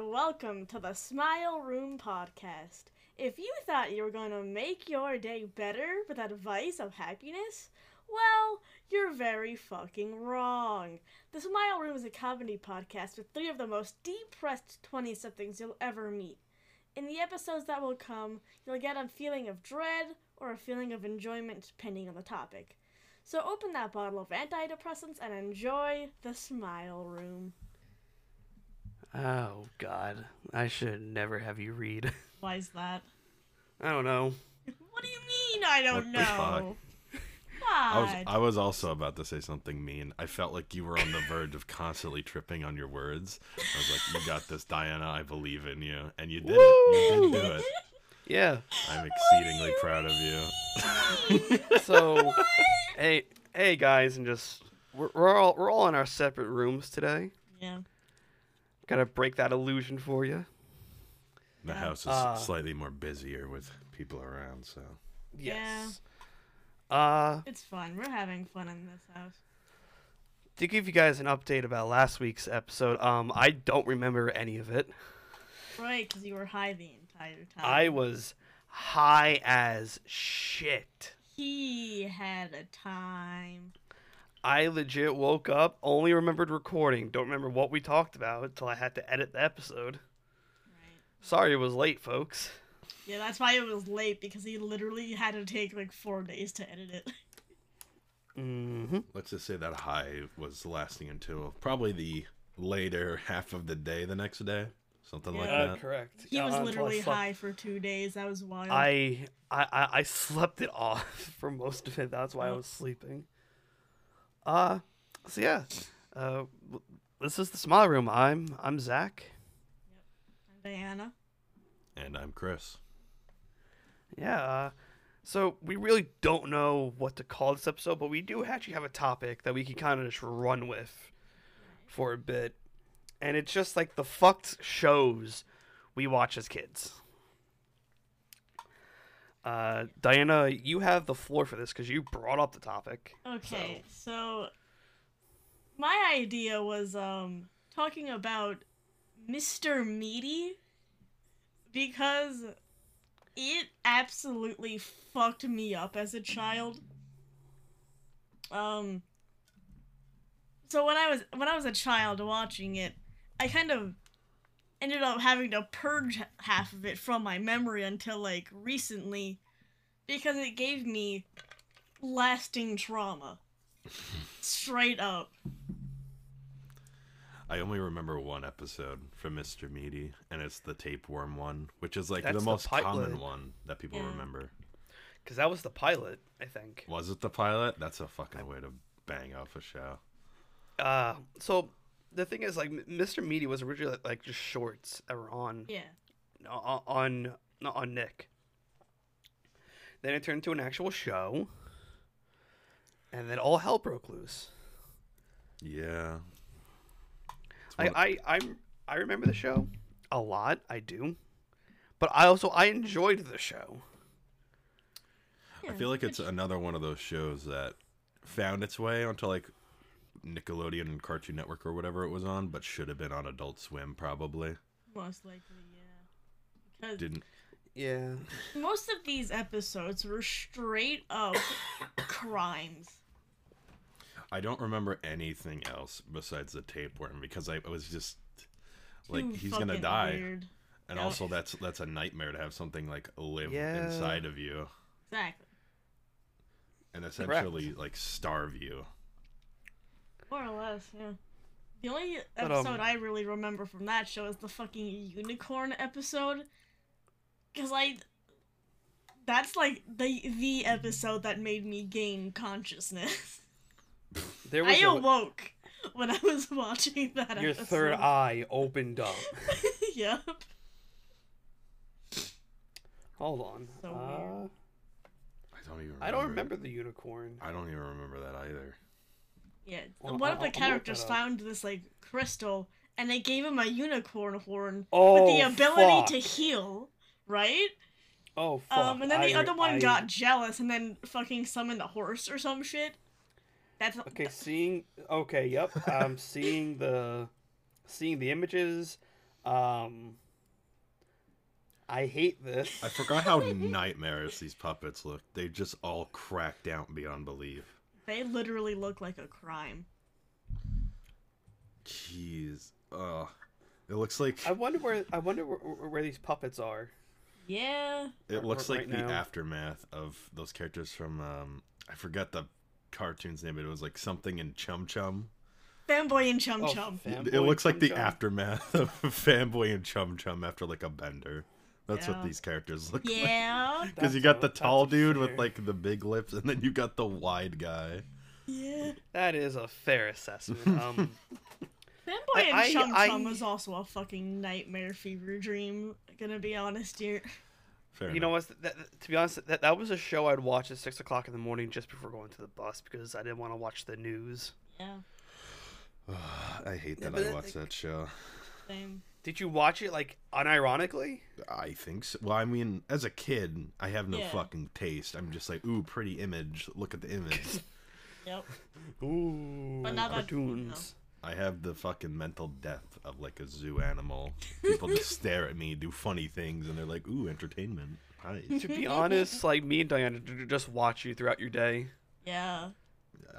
welcome to the Smile Room Podcast. If you thought you were going to make your day better with advice of happiness, well, you're very fucking wrong. The Smile Room is a comedy podcast with three of the most depressed 20 somethings you'll ever meet. In the episodes that will come, you'll get a feeling of dread or a feeling of enjoyment depending on the topic. So open that bottle of antidepressants and enjoy the Smile Room. Oh God, I should never have you read. Why is that? I don't know. What do you mean? I don't What the know. I was, Why? I was also about to say something mean. I felt like you were on the verge of constantly tripping on your words. I was like, "You got this, Diana. I believe in you," and you did it. You did do it. Yeah. I'm exceedingly proud of you. So, hey, hey guys, and just we're, we're all we're all in our separate rooms today. yeah. Gotta break that illusion for you. The house is Uh. slightly more busier with people around, so Yeah. Yes. Uh, It's fun. We're having fun in this house. to give you guys an update about last week's episode, um, I don't remember any of it. Right, because you were high the entire time. I was high as shit. He had a time. I legit woke up, only remembered recording. Don't remember what we talked about until I had to edit the episode. Right. Sorry it was late, folks. Yeah, that's why it was late because he literally had to take like four days to edit it. Mm-hmm. let's just say that high was lasting until probably the later half of the day, the next day, something like Yeah. that. Uh, correct. He was Uh, until I literally slept- high for two days. That was wild. I, I I I slept it off for most of it. That's why I Oh. was sleeping. Uh, so yeah, uh, w- this is the small room. I'm I'm Zach. Diana. And I'm Chris. Yeah. Uh, so we really don't know what to call this episode, but we do actually have a topic that we can kind of just run with for a bit, and it's just like the fucked shows we watch as kids. Uh, Diana, you have the floor for this because you brought up the topic. Okay, so my idea was um talking about Mr. Meaty because it absolutely fucked me up as a child. Um so when I was when I was a child watching it, I kind of ended up having to purge h- half of it from my memory until like recently because it gave me lasting trauma. Straight up. I only remember one episode from Mr. Meaty, and it's the tapeworm one, which is like That's the the most pilot. common one that people Yeah. remember. Because that was the pilot, I think. Was it the pilot? That's a fucking way to bang off a show. Uh, so the thing is, like, M- Mr. Meaty was originally like, just shorts that were on Yeah. o- uh, on not on Nick. Then it turned into an actual show, and then all hell broke loose. Yeah. one I I I, I remember the show a lot. I do, but I also I enjoyed the show. I feel like it's another one of those shows that found its way onto like Nickelodeon and Cartoon Network or whatever it was on, but should have been on Adult Swim probably. most likely, yeah. Because Didn't Yeah, most of these episodes were straight up crimes. I don't remember anything else besides the tapeworm because I was just like Too he's gonna fucking die. weird. And Yeah. also that's that's a nightmare to have something like live Yeah. inside of you Exactly. and essentially like starve you. More or less, yeah. The only But, episode um, I really remember from that show is the fucking unicorn episode. Cause I that's like the the episode that made me gain consciousness. there I was a- awoke when I was watching that your episode. third eye opened up. yep. Hold on, So uh, weird. I don't even remember. I don't it. remember the unicorn. I don't even remember that either. Yeah. Well, One I'll- of I'll the look that characters up. found this like crystal and they gave him a unicorn horn Oh, with the ability to fuck. heal, right? Oh fuck! um and then the I- other one I- got jealous and then fucking summoned a horse or some shit. That's Okay, seeing okay, yep. I'm seeing the seeing the images. Um I hate this. I forgot how nightmarish these puppets look. They just all cracked out beyond belief. They literally look like a crime. Jeez. Ugh. It looks like I wonder where I wonder where, where these puppets are. Yeah. it looks right like the now. aftermath of those characters from um I forgot the cartoon's name, but it was like something in Chum Chum. Fanboy and Chum Oh, Chum. fanboy It looks like the chum-chum. aftermath of Fanboy and Chum Chum after like a bender. That's Yeah. what these characters look like. Yeah. Because you That's got a- the that's tall a dude fair- with like the big lips, and then you got the wide guy. Yeah. That is a fair assessment. Um, Fanboy I- and I- Chum I- Chum is also a fucking nightmare fever dream. Gonna be honest here. Fair you know what? That, that- to be honest, that, that was a show I'd watch at six o'clock in the morning just before going to the bus because I didn't want to watch the news. Yeah. I hate Yeah, that but I that- watched that show. Same. Did you watch it like unironically? I think so. Well, I mean, as a kid, I have no Yeah. fucking taste. I'm just like, ooh, pretty image. Look at the image. Yep. Ooh, But now that- cartoons. I have the fucking mental death of like a zoo animal. People just stare at me, do funny things, and they're like, ooh, entertainment. Nice. to be honest, like me and Diana d- d- just watch you throughout your day, Yeah.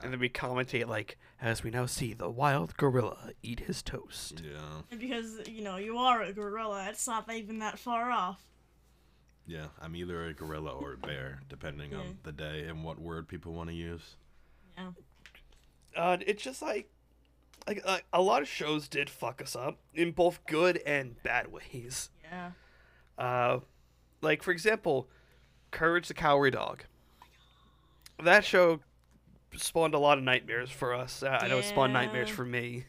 and then we commentate like, as we now see the wild gorilla eat his toast. yeah. Because, you know, you are a gorilla. It's not even that far off. Yeah. I'm either a gorilla or a bear, depending Yeah. on the day and what word people want to use. Yeah. Uh, it's just like, like, like a lot of shows did fuck us up in both good and bad ways. Yeah. Uh, like for example, Courage the Cowardly Dog. That show spawned a lot of nightmares for us. Uh, I know it spawned nightmares Yeah. for me,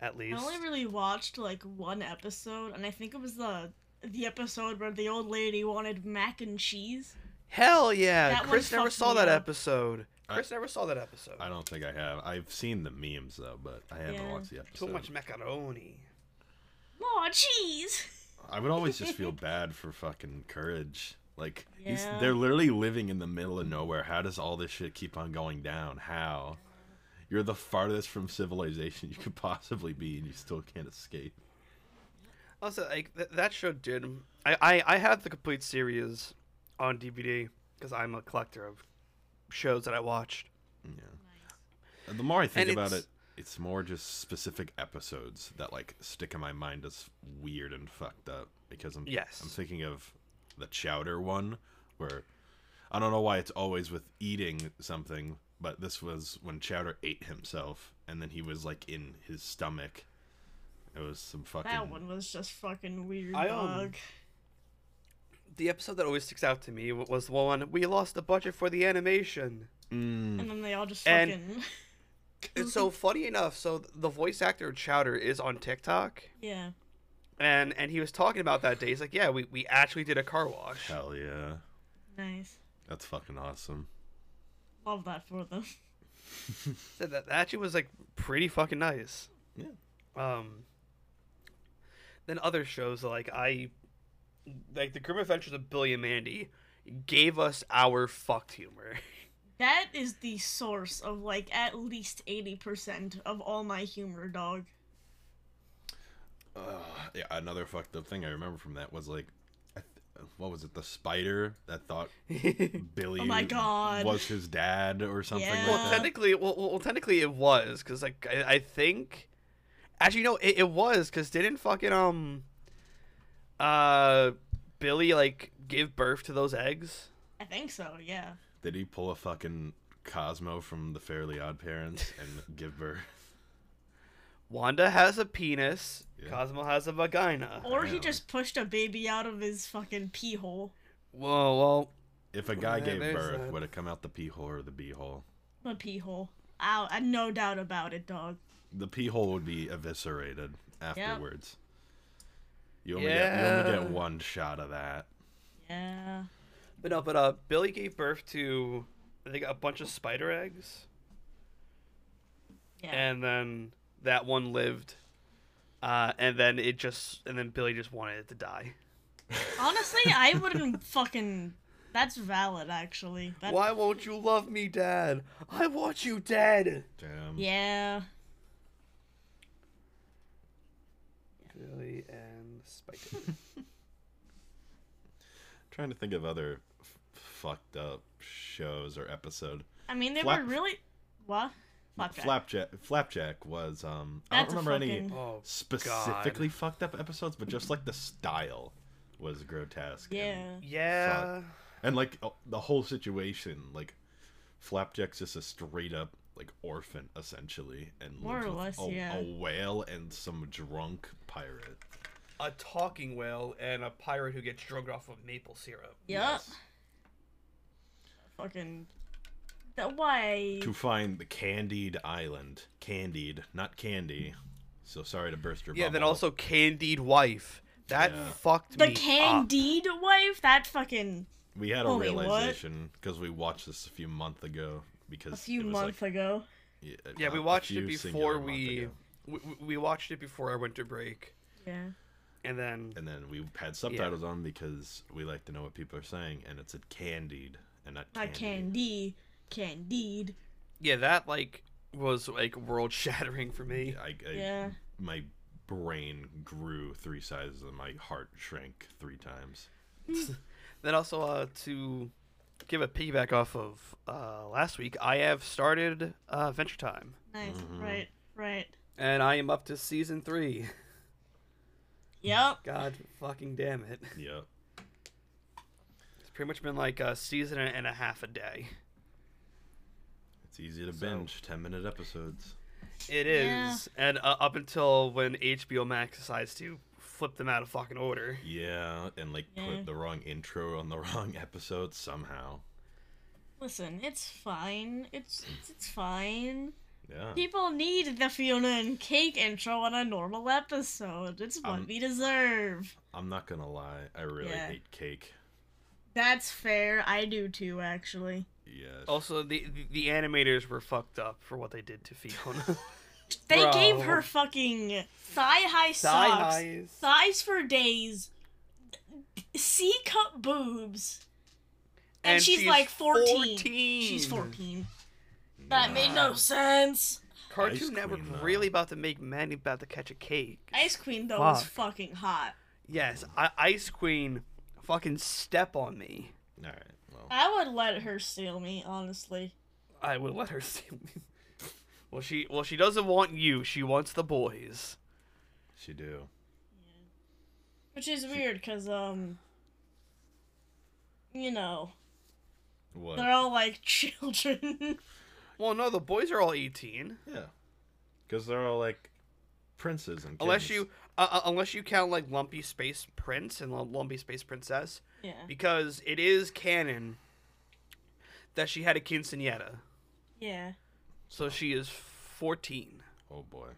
at I least. only really watched like one episode, and I think it was the the episode where the old lady wanted mac and cheese. Hell yeah! That one Chris never fucked me saw that up. episode. I- Chris never saw that episode. I don't think I have. I've seen the memes, though, but I haven't Yeah. watched the Too episode. much macaroni. More cheese. I would always just feel bad for fucking courage. Like he's, Yeah. they're literally living in the middle of nowhere. How does all this shit keep on going down? How? You're the farthest from civilization you could possibly be, and you still can't escape. Also, like th- that show did. I, I I have the complete series on DVD because I'm a collector of shows that I watched. Yeah. And the more I think And about it's- it, it's more just specific episodes that like stick in my mind as weird and fucked up because I'm Yes. I'm thinking of the chowder one where I don't know why it's always with eating something, but this was when Chowder ate himself and then he was like in his stomach. It was some fucking That one was just fucking weird. Mm. I, I, um, The episode that always sticks out to me wa- was the one we lost the budget for the animation. Mm, and then they all just and- fucking. And so funny enough, so th- the voice actor of Chowder is on TikTok, yeah. and and he was talking about that day. He's like, "Yeah, we, we actually did a car wash." hell yeah. Nice. That's fucking awesome. Love that for them. Said that that actually was like pretty fucking nice. Yeah. Um. Then other shows like I, like the Grim Adventures of Billy and Mandy, gave us our fucked humor. That is the source of like at least eighty percent of all my humor, dog. Ugh, yeah, another fucked up thing I remember from that was like, I th- what was it? The spider that thought Billy Oh my God. was his dad or something Yeah. Well, like that. technically, well, well, well, technically it was because like I, I think, actually no, it, it was because didn't fucking um, uh, Billy like give birth to those eggs? I think so. Yeah. Did he pull a fucking Cosmo from the Fairly Odd Parents and give birth? Wanda has a penis. Yeah. Cosmo has a vagina. Or he Damn. just pushed a baby out of his fucking pee hole. Whoa, well, If a guy Well, gave there's birth, that. would it come out the pee hole or the bee hole? A pee hole. Ow, I no doubt about it, dog. The pee hole would be eviscerated afterwards. You, only get, you only Yeah. get one shot of that. Yeah. but no, but uh, Billy gave birth to I think a bunch of spider eggs, Yeah. and then that one lived. Uh, and then it just, and then Billy just wanted it to die. Honestly, I wouldn't fucking. That's valid, actually. That... Why won't you love me, Dad? I want you dead. Damn. Yeah. Billy and Spike. trying to think of other f- fucked up shows or episode. I mean, they Flap- were really what? Flapjack. Flapjack. Flapjack was. Um, I don't That's a remember any fucking- Oh, specifically fucked up episodes, but just like the style was grotesque. and- yeah. Yeah. and like uh, the whole situation, like Flapjack's just a straight up like orphan essentially, and More lives or with less, a, yeah. a whale and some drunk pirate. A talking whale and a pirate who gets drunk off of maple syrup. Yup. Fucking. That why? to find the Candied Island. Candied, not candy. So sorry to burst your Yeah, bubble. then also Candied Wife. That Yeah. fucked The me. Candide wife. That fucking. we had a Oh, wait, what? realization because we watched this a few months ago. Because A few it was, months like, ago. yeah, Up. Yeah, we a watched it few before singular month we, ago. we we watched it before our winter break, Yeah. and then And then we had subtitles on because we like to know what people are saying, and it said Candied and not Not Candy. Candide. Candide. yeah, that like was like world shattering for me. I, I, Yeah. My brain grew three sizes and my heart shrank three times. Then also uh, to give a piggyback off of uh, last week, I have started uh, Venture Time, Nice. mm-hmm. Right. Right. and I am up to season three. Yep. God fucking damn it! Yep. It's pretty much been like a season and a half a day. It's easy to So- binge 10 minute episodes. It is, Yeah. and uh, up until when HBO Max decides to flip them out of fucking order. Yeah, and like Yeah. put the wrong intro on the wrong episode somehow. Listen, it's fine. It's it's- it's fine. Yeah. People need the Fiona and Cake intro on a normal episode. It's what Um, we deserve. I'm not gonna lie, I really Yeah. hate cake. That's fair. I do too, actually. Yes. Also, the, the the animators were fucked up for what they did to Fiona. They Bro. gave her fucking thigh high socks, thighs for days, C cup boobs, and, she's, like 14. She's 14. That made no sense. Cartoon Ice Network Queen, though. really about to make Manny about to catch a cake. Ice Queen, though, was Fuck. fucking hot. yes, I- Ice Queen, fucking step on me. Alright, well. I would let her steal me, honestly. I would let her see me. well, she well she doesn't want you. She wants the boys. She do. Which is weird, because, um, you know, What? they're all like children. Well, no, the boys are all eighteen. Yeah. Because they're all like princes and Unless kings. you, uh, uh, unless you count like Lumpy Space Prince and Lu- Lumpy Space Princess, yeah. because it is canon that she had a quinceanera, Yeah. so she is fourteen. Oh boy.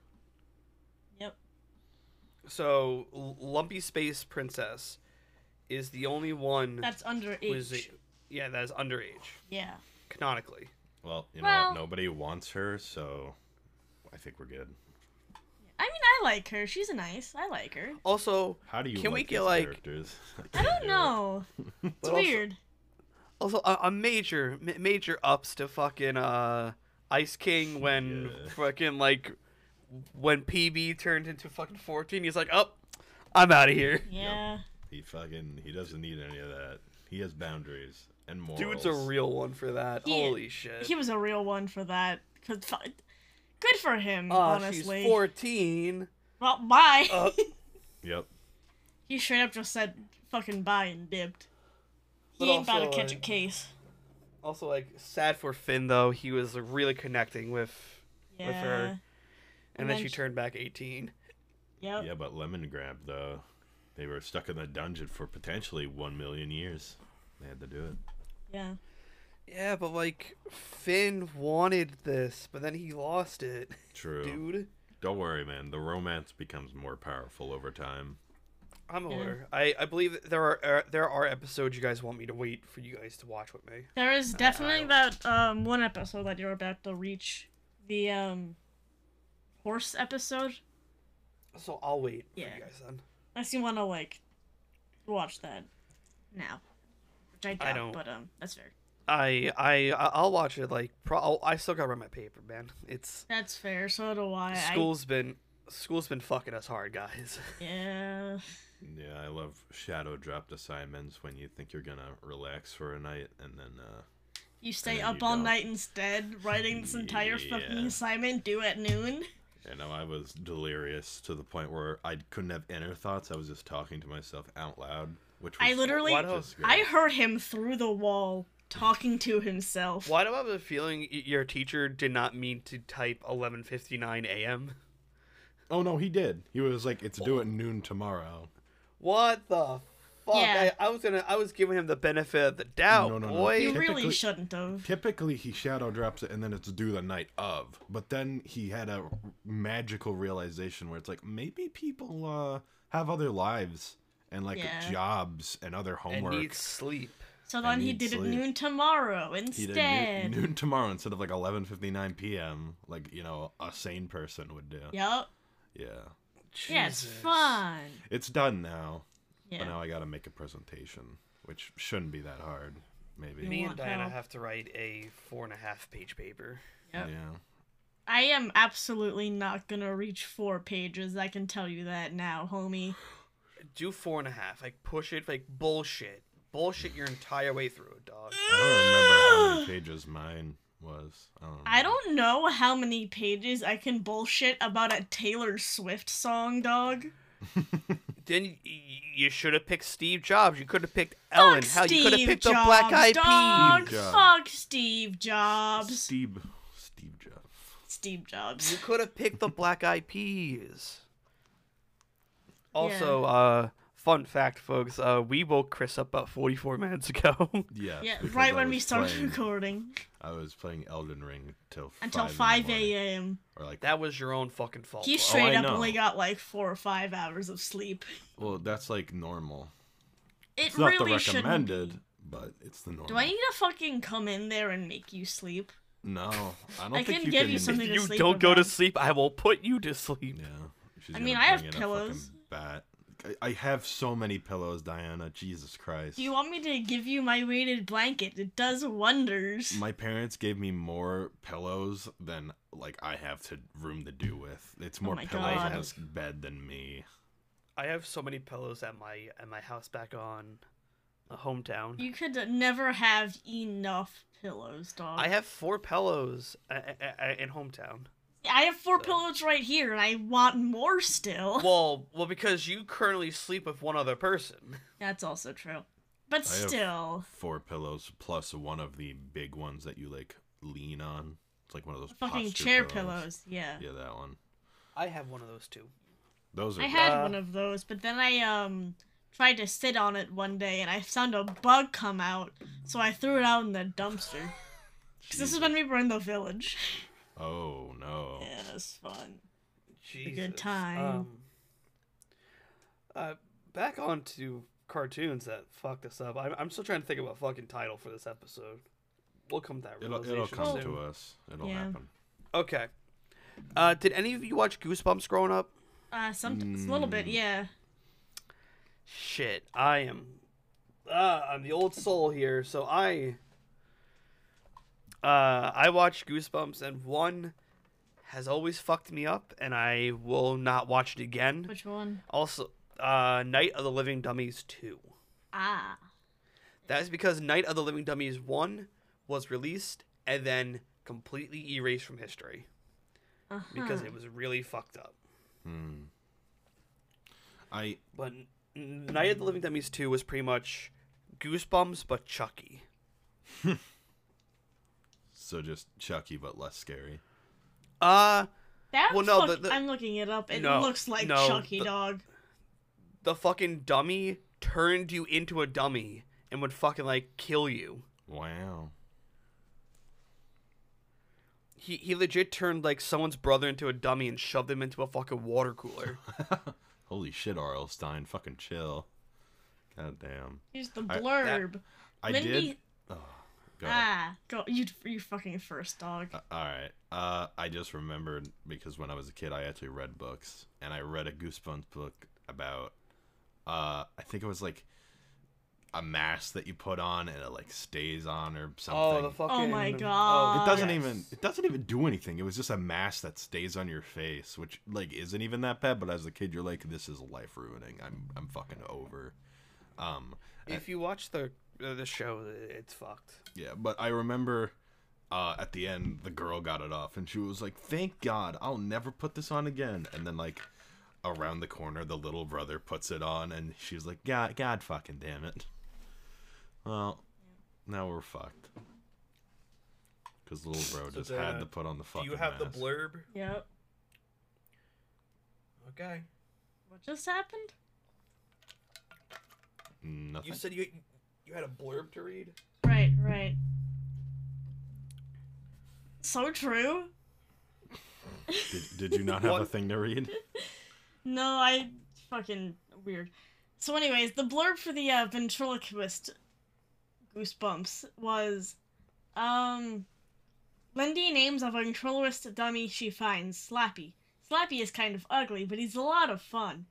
Yep. So L- Lumpy Space Princess is the only one That's who is underage. yeah that is underage Yeah. canonically. Well, you know Well- what? Nobody wants her, so I think we're good. I mean, I like her. She's nice. I like her. Also, How do you Can we like get, these like- characters? I can't don't do it. know. It's But also- weird. also a, a major ma- major ups to fucking uh Ice King when Yeah. fucking like when PB turned into fucking fourteen. He's like, oh, I'm out of here. yeah. He fucking he doesn't need any of that. He has boundaries and morals. Dude's a real one for that. He- Holy shit. He was a real one for that. 'Cause fu- Good for him, Aw, honestly. Ah, she's fourteen. Well, bye. Uh, Yep. he straight up just said fucking bye and dipped. But He ain't about to also, catch a uh, case. also, like sad for Finn though. He was really connecting with Yeah. with her, and then then she she- turned back eighteen. Yep. Yeah, but Lemon Grab though, they were stuck in the dungeon for potentially one million years. They had to do it. Yeah. Yeah, but like Finn wanted this, but then he lost it, True. dude. Don't worry, man. The romance becomes more powerful over time. I'm aware. I, I believe that there are uh, there are episodes you guys want me to wait for you guys to watch with me. There is definitely I- that um one episode that you're about to reach, the um horse episode. So I'll wait for Yeah. you guys then. Unless you want to like watch that now, which I doubt. I don't. But um, that's fair. I I I- I'll oh, watch it like pro- I'll, I still got to write my paper, man. It's That's fair. So do I. I- school's been School's been fucking us hard, guys. Yeah. Yeah, I love shadow dropped assignments when you think you're gonna relax for a night and then uh You stay then up you all don't. night instead, writing this entire fucking Yeah. assignment due at noon. you know, I was delirious to the point where I couldn't have inner thoughts. I was just talking to myself out loud, which was I literally- Why do- just great. I heard him through the wall talking to himself. Why do I have a feeling y- your teacher did not mean to type 11:59 a.m.? Oh no, he did. He was like, "It's due at noon tomorrow." What the fuck? Yeah. I, I was gonna, I was giving him the benefit of the doubt, No, no, no. boy. You Typically- really shouldn't have. Typically, he shadow drops it and then it's due the night of. But then he had a magical realization where it's like maybe people uh, have other lives and like Yeah. jobs and other And homework. needs sleep. So then he need did it sleep. noon tomorrow he did instead. noon, noon tomorrow instead of like 11:59 p.m. like you know a sane person would do. Yup. Yeah. Yeah, it's Jesus. fun. It's done now, but Yeah. now I got to make a presentation, which shouldn't be that hard, maybe. Me and want Diana help. have to write a four and a half page paper. Yep. Yeah. I am absolutely not gonna reach four pages. I can tell you that now, homie. Do four and a half. Like push it. Like bullshit. Bullshit your entire way through it, dog. I don't remember how many pages mine was. Um, I I don't. remember. don't know how many pages I can bullshit about a Taylor Swift song, dog. Then y- y- you should have picked Steve Jobs. You could have picked Ellen. Fuck Hell, you could have Steve picked the Black Jobs, Eyed dog. Peas. Steve Jobs. Fuck Steve Jobs. Steve, Steve Steve Jobs. Jobs. You could have picked the Black Eyed Peas. Also, uh, fun fact, folks. Uh, we woke Chris up about 44 minutes ago. Yeah. Yeah, because right I when we was started playing- recording. I was playing Elden Ring till Until 5 5 in the morning, a.m. Or like that was your own fucking fault. He bro. straight I up know. only got like four or five hours of sleep. well, that's like normal. It It's not really the shouldn't recommended, but it's the normal. Do I need to fucking come in there and make you sleep? No, I don't I think can you give can. you something- If to you sleep don't go to about. sleep, I will put you to sleep. Yeah. She's I gonna mean, I have bring in a pillows. fucking Bat. I- I have so many pillows, Diana. Jesus Christ. Do you want me to give you my weighted blanket? It does wonders. My parents gave me more pillows than like I have to room to do with. It's more Oh my pillows God. on this bed than me. I have so many pillows at my at my house back on uh, hometown. You could never have enough pillows, dog. I have four pillows uh, uh, uh, in hometown. I have four pillows right here, and I want more still. Well, well, because you currently sleep with one other person. That's also true. But I have- still, Four pillows plus one of the big ones that you like lean on. It's like one of those fucking posture chair pillows. Yeah. Yeah, that one. I have one of those too. Those are. I had Uh, one of those, but then I um tried to sit on it one day, and I found a bug come out, so I threw it out in the dumpster. 'Cause this is when we were in the village. Oh no. Yeah, it was fun. Jesus. time. Um, uh, back on to cartoons that fucked us up. I'm, I'm still trying to think of a fucking title for this episode. We'll come to that It'll, realization it'll soon. come to us. It'll Yeah. happen. Okay. Uh, did any of you watch Goosebumps growing up? Uh, some a little bit, yeah. Shit, I am. Uh, I'm the old soul here, so I. Uh, I watched Goosebumps, and one has always fucked me up, and I will not watch it again. Which one? Also, uh, Night of the Living Dummies 2. Ah, That is because Night of the Living Dummies 1 was released and then completely erased from history uh-huh. because it was really fucked up. Hmm. I But N- Night of the Living Dummies 2 was pretty much Goosebumps but Chucky. so just Chucky, but less scary. Uh, that. well, no, fuck- the- the- I'm looking it up. It No, looks like no, Chucky the- Dog. the fucking dummy turned you into a dummy and would fucking like kill you. Wow. He, he legit turned like someone's brother into a dummy and shoved him into a fucking water cooler. Holy shit, R.L. Stein. Fucking chill. God damn. Here's the I- that- blurb. I Mindy- did. Oh, go ahead. ah, go. You you fucking first, dog. Uh, all right. Uh, I just remembered because when I was a kid, I actually read books, and I read a Goosebumps book about. Uh, I think it was like a mask that you put on and it like stays on or Oh, something. the fucking. Oh my oh, God. it doesn't yes. even it doesn't even do anything. It was just a mask that stays on your face, which like isn't even that bad. But as a kid, you're like, this is life ruining. I'm I'm fucking over. Um, If you watch the uh, the show, it's fucked. yeah, but I remember uh, at the end, the girl got it off, and she was like, "Thank God, I'll never put this on again." And then like around the corner, the little brother puts it on, and she's like, "God, God, fucking damn it." Well, now we're fucked. Because little bro just had the- to put on the fucking. Do you have mask. the blurb? Yep. Okay. What just happened? Mm, Nothing. You said you you had a blurb to read. Right, right. So true. Did, did you not have a What? thing to read? No, I fucking weird. So, anyways, the blurb for the uh, ventriloquist goosebumps was, um, Lindy names a ventriloquist dummy she finds Slappy. Slappy is kind of ugly, but he's a lot of fun.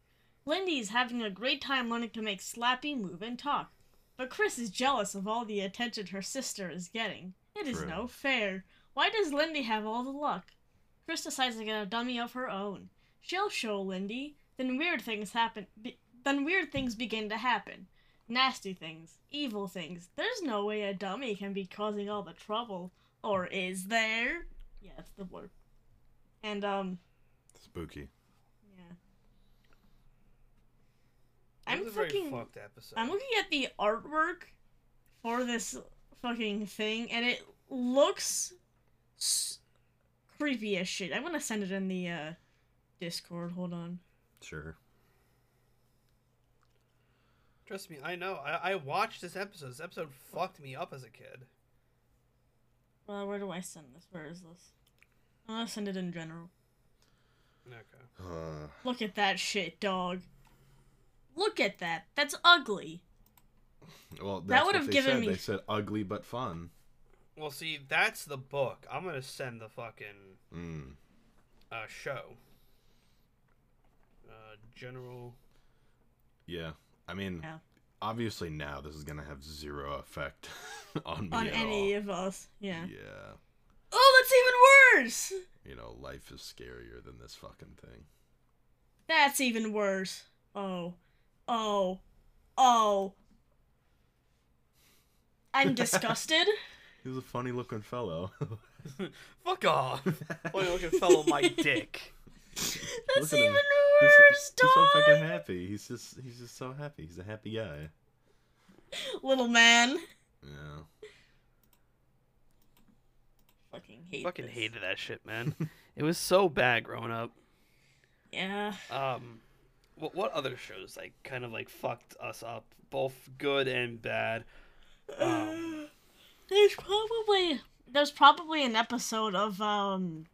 Lindy is having a great time learning to make Slappy move and talk, but Chris is jealous of all the attention her sister is getting. It is True. no fair. Why does Lindy have all the luck? Chris decides to get a dummy of her own. She'll show Lindy. Then weird things happen. Be- then weird things begin to happen. Nasty things, evil things. There's no way a dummy can be causing all the trouble, or is there? Yeah, that's the word. And um, Spooky. yeah. I'm It was a fucking. very fucked episode. I'm looking at the artwork for this fucking thing, and it looks s- creepy as shit. I'm gonna send it in the uh, Discord. Hold on. Sure. Trust me, I know. I, I watched this episode. This episode fucked me up as a kid. Uh, where do I send this? Where is this? I'm gonna send it in general. Okay. Uh, Look at that shit, dog. Look at that. That's ugly. well, that's would what have they given said. me- They said ugly but fun. Well, see, that's the book. I'm gonna send the fucking Mm. uh, show. Uh, general. Yeah. I mean, Yeah. obviously now this is gonna have zero effect on me On at any all. of us. Yeah. Yeah. Oh, that's even worse! You know, life is scarier than this fucking thing. That's even worse. Oh. Oh. Oh. I'm disgusted. He's a funny looking fellow. Fuck off! Boy, looking fellow, my dick. That's Look at him. even he's, worse, he's so dog! fucking happy. He's just he's just so happy. He's a happy guy. Little man. Yeah. Fucking hate fucking this. hated that shit, man. it was so bad growing up. Yeah. Um, what what other shows like kind of like fucked us up, both good and bad? Um, There's probably there's probably an episode of um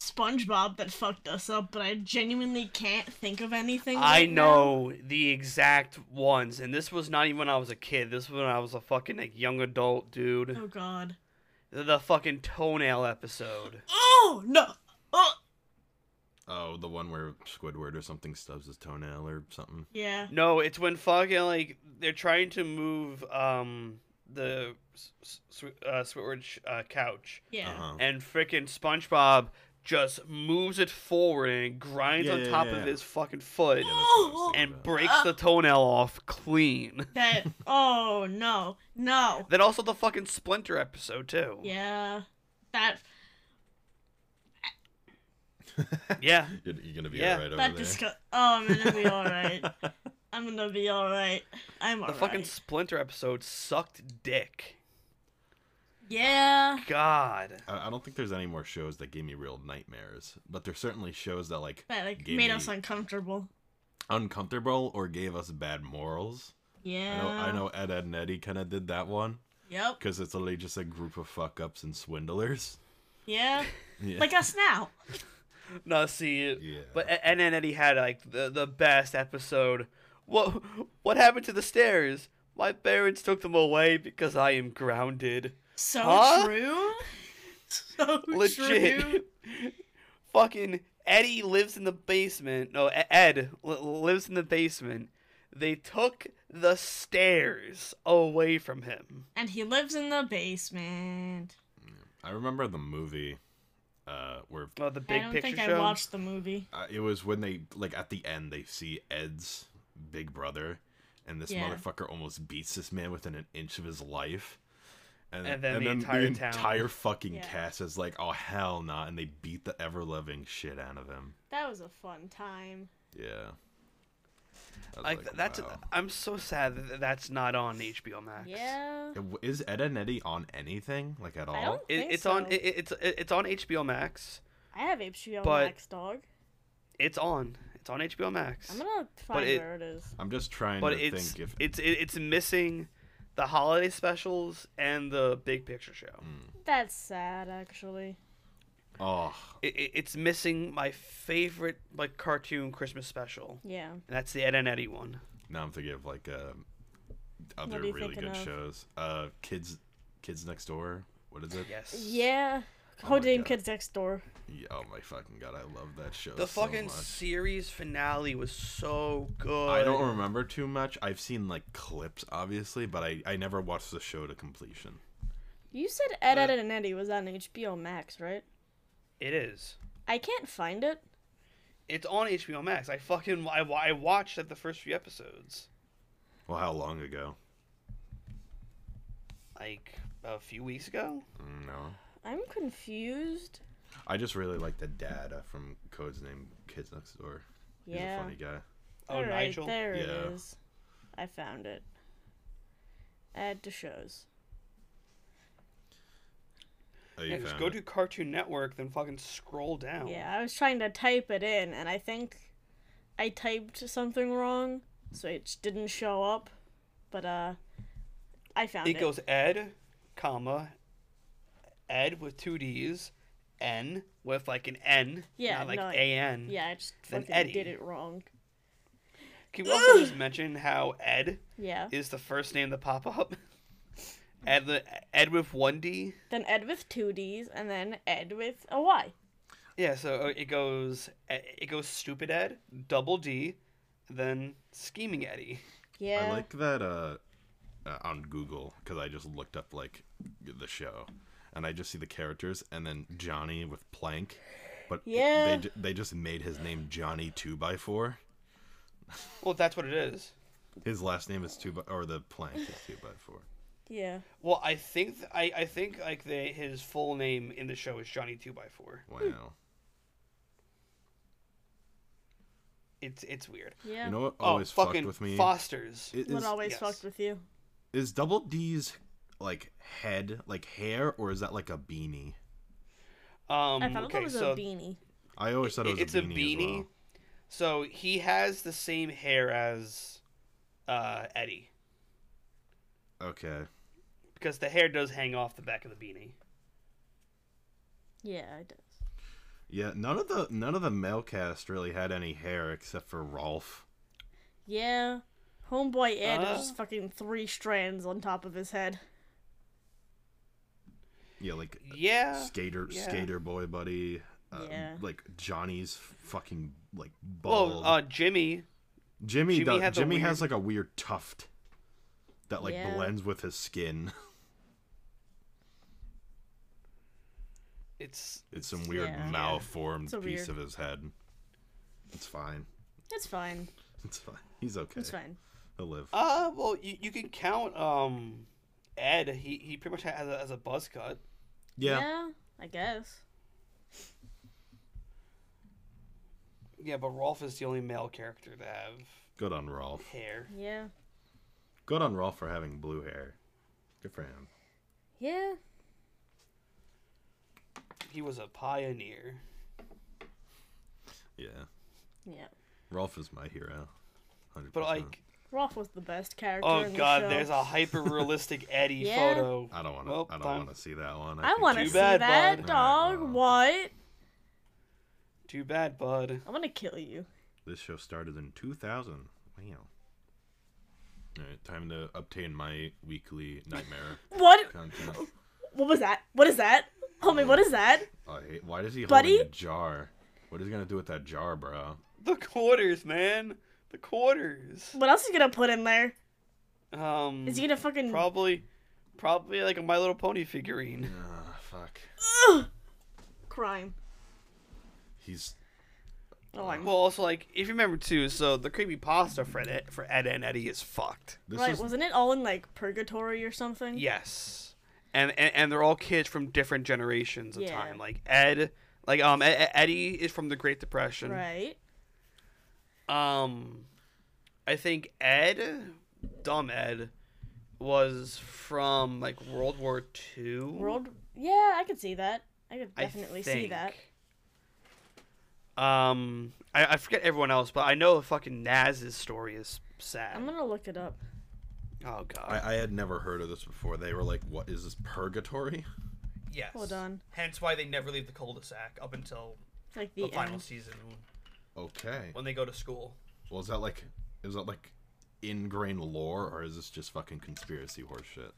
SpongeBob that fucked us up, but I genuinely can't think of anything. I right now. know the exact ones, and this was not even when I was a kid. This was when I was a fucking like young adult dude. Oh God. The, the fucking toenail episode. Oh no. Oh Oh, the one where Squidward or something stubs his toenail or something. yeah. No, it's when fucking like they're trying to move um the s- s- Sw- uh, Squidward's uh, couch, Yeah. Uh-huh. and frickin' SpongeBob just moves it forward and grinds Yeah, on yeah, top yeah, of yeah. his fucking foot Yeah, that's what I was thinking and about. breaks the toenail off clean. That. Oh no. No. Then also the fucking Splinter episode too. Yeah. That. Yeah. You're, you're gonna be Yeah, alright over That there. disgust. Oh, I'm gonna be all right. I'm gonna be all right. I'm The alright. fucking Splinter episode sucked dick. Yeah. God. I I don't think there's any more shows that gave me real nightmares, but there's certainly shows that like That like Gave made me- us uncomfortable. uncomfortable or gave us bad morals. Yeah. I know, I know Ed, Ed and Eddie kind of did that one Yep. because it's literally just a group of fuck ups and swindlers. Yeah. Yeah. Like us now. No, see. Yeah. But Ed and Eddie had like the the best episode. What what happened to the stairs? My parents took them away because I am grounded. So Huh? true. So legit. true. Fucking Eddie lives in the basement. No, E- Ed li- lives in the basement. They took the stairs away from him. And he lives in the basement. I remember the movie uh, where Oh, the I big don't picture think I show. watched the movie. uh, it was when they like at the end they see Ed's big brother, and this Yeah. motherfucker almost beats this man within an inch of his life. And then the entire town. entire fucking Yeah. cast is like, "Oh hell nah," and they beat the ever loving shit out of him. That was a fun time. Yeah, I was Like, that's. wow. I'm so sad that that's not on HBO Max. Yeah. It- Is Ed and Eddie on anything like at all? I don't It, think it's so. on. It, it's it, it's on HBO Max. I have HBO but- Max, dog. It's on. It's on HBO Max. I'm gonna find it- where it is. I'm just trying but to it's think if it's it, it's missing the holiday specials and the big picture show. Hmm. That's sad, actually. oh It, it, it's missing my favorite like cartoon Christmas special, Yeah. and that's the Ed and Eddie one. now I'm thinking of like uh, other are you really good thinking of? shows. Uh, kids, kids next door. What is it? Yes. Yeah. Oh Whole my Dame God. Kids Next Door. Yeah, oh my fucking god, I love that show. The so fucking much. series finale was so good. I don't remember too much. I've seen like clips, obviously, but I I never watched the show to completion. You said Ed, Ed, Uh, and Eddie was on HBO Max, right? It is. I can't find it. It's on HBO Max. I fucking I, wa- I watched like the first few episodes, Well, how long ago? like a few weeks ago. Mm, No, I'm confused. I just really like the dad uh, from Code's Name Kids Next Door. He's a Yeah. funny guy. Oh, All right, Nigel. there it Yeah. is. I found it. Add to shows. Oh, you Yeah, just found go it. to Cartoon Network, then fucking scroll down. Yeah, I was trying to type it in, and I think I typed something wrong, so it just didn't show up. But uh, I found It it. goes Ed, comma, Ed with two D's, N with like an N, Yeah, not like no, A N. yeah, I just Then fucking Eddie. did it wrong. Can we also just mention how Ed Yeah. is the first name to pop up? Ed, the, Ed with one D. Then Ed with two D's, and then Ed with a Y. Yeah, so uh, it goes it goes stupid Ed, double D, then scheming Eddie. Yeah. I like that uh, uh on Google because I just looked up like the show, and I just see the characters, and then Johnny with Plank, but it- Yeah. they ju- they just made his name Johnny Two by Four. Well, that's what it is. His last name is Two by, or the Plank is Two by Four. yeah. Well, I think th- I, I think like they, his full name in the show is Johnny Two by Four. Hmm. Wow. It's it's weird. Yeah. You know what Oh, always fucked fucking with me? Fosters. I- what is, always yes. fucked with you? is Double D's like head like hair or is that like a beanie? Um, I thought okay, that was so a beanie. I always thought it was it's a beanie. as well. So he has the same hair as uh, Eddie Okay. because the hair does hang off the back of the beanie. Yeah, it does. Yeah, none of the none of the male cast really had any hair except for Rolf. Yeah. Homeboy Ed Uh. is just fucking three strands on top of his head. Yeah, like Yeah. skater yeah. skater boy buddy. Um, Yeah. Like Johnny's fucking like bald. Well, uh, Jimmy. Jimmy Jimmy does, had the Jimmy has weird- like a weird tuft that like Yeah. blends with his skin. It's It's some weird Yeah. malformed It's a piece weird- of his head. It's fine. It's fine. It's fine. He's okay. It's fine. He'll live. uh well you, you can count um Ed he he pretty much has a, has a buzz cut. yeah. I guess. Yeah, but Rolf is the only male character to have Good on Rolf. hair. Yeah. Good on Rolf for having blue hair. Good for him. Yeah. He was a pioneer. Yeah. Yeah. Rolf is my hero. 100%. But like Rolf was the best character. oh in the god, show. there's a hyper realistic Eddie Yeah. photo. I don't want to. Well, I don't fine. want to see that one. I think want to you- see bad, that bud. dog. Alright, What? Too bad, bud. I'm gonna kill you. This show started in 2000. Wow. All right, time to obtain my weekly nightmare What? content. What was that? What is that? Homie, what is that? Oh, I hate, why does he Buddy? hold a jar? What is he gonna do with that jar, bro? The quarters, man. The quarters. What else is he gonna put in there? Um, Is he gonna fucking? probably, probably like a My Little Pony figurine. Ah, fuck. crime. He's Oh, I'm Well, also like if you remember too, so the creepy pasta for Ed, for Ed and Eddie is fucked. this right. is Wasn't it all in like purgatory or something? Yes, and and, and they're all kids from different generations of Yeah. time. Like Ed, like um E- E- Eddie is from the Great Depression. Right. Um, I think Ed, dumb Ed, was from like World War Two. World. Yeah, I could see that. I could I definitely see that. think. Um, I, I forget everyone else, but I know fucking Naz's story is sad. I'm gonna look it up. Oh god. I, I had never heard of this before. They were like, "What is this purgatory?" Yes. Hold on. Hence why they never leave the cul-de-sac up until It's like the, the, final end. season Okay. when they go to school. Well, is that like, is that like ingrained lore, or is this just fucking conspiracy horseshit?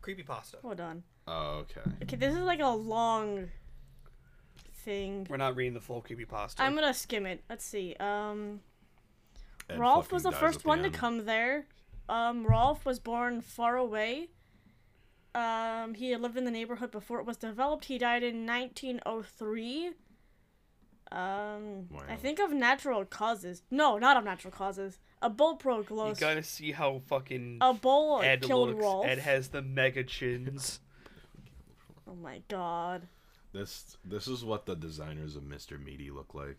Creepypasta. Hold on. Oh, okay. Okay, this is like a long thing. We're not reading the full creepypasta. I'm gonna skim it. Let's see. Um, Ed Rolf fucking was the dies at first one to end. come there. Um, Rolf was born far away. Um, he had lived in the neighborhood before it was developed. He died in 1903. Um, I Wow. think of natural causes. No, not of natural causes. A bull you gotta see how fucking A bull Ed Oh, killed looks. Rolf. Ed has the mega chins. oh my god. This this is what the designers of Mr. Meaty look like.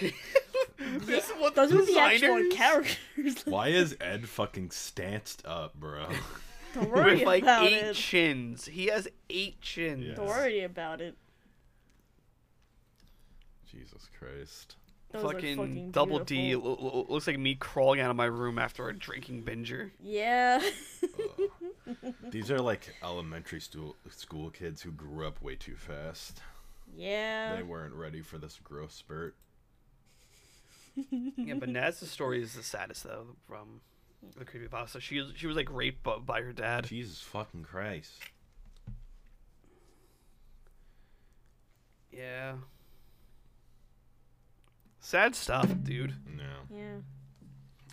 this is what Those the are the actual designers characters. Like, Why is Ed fucking stanced up, bro? Don't with worry like about eight it. chins. He has eight chins. Yeah. Don't worry about it. Jesus Christ. Those Fucking, look fucking double D beautiful. lo- lo- looks like me crawling out of my room after a drinking binger. Yeah. These are like elementary school school kids who grew up way too fast. yeah. They weren't ready for this growth spurt. yeah, but Naz's story is the saddest though from the creepypasta. She was- she was like raped by, by her dad. Jesus fucking Christ. Yeah. Sad stuff, dude. No. Yeah.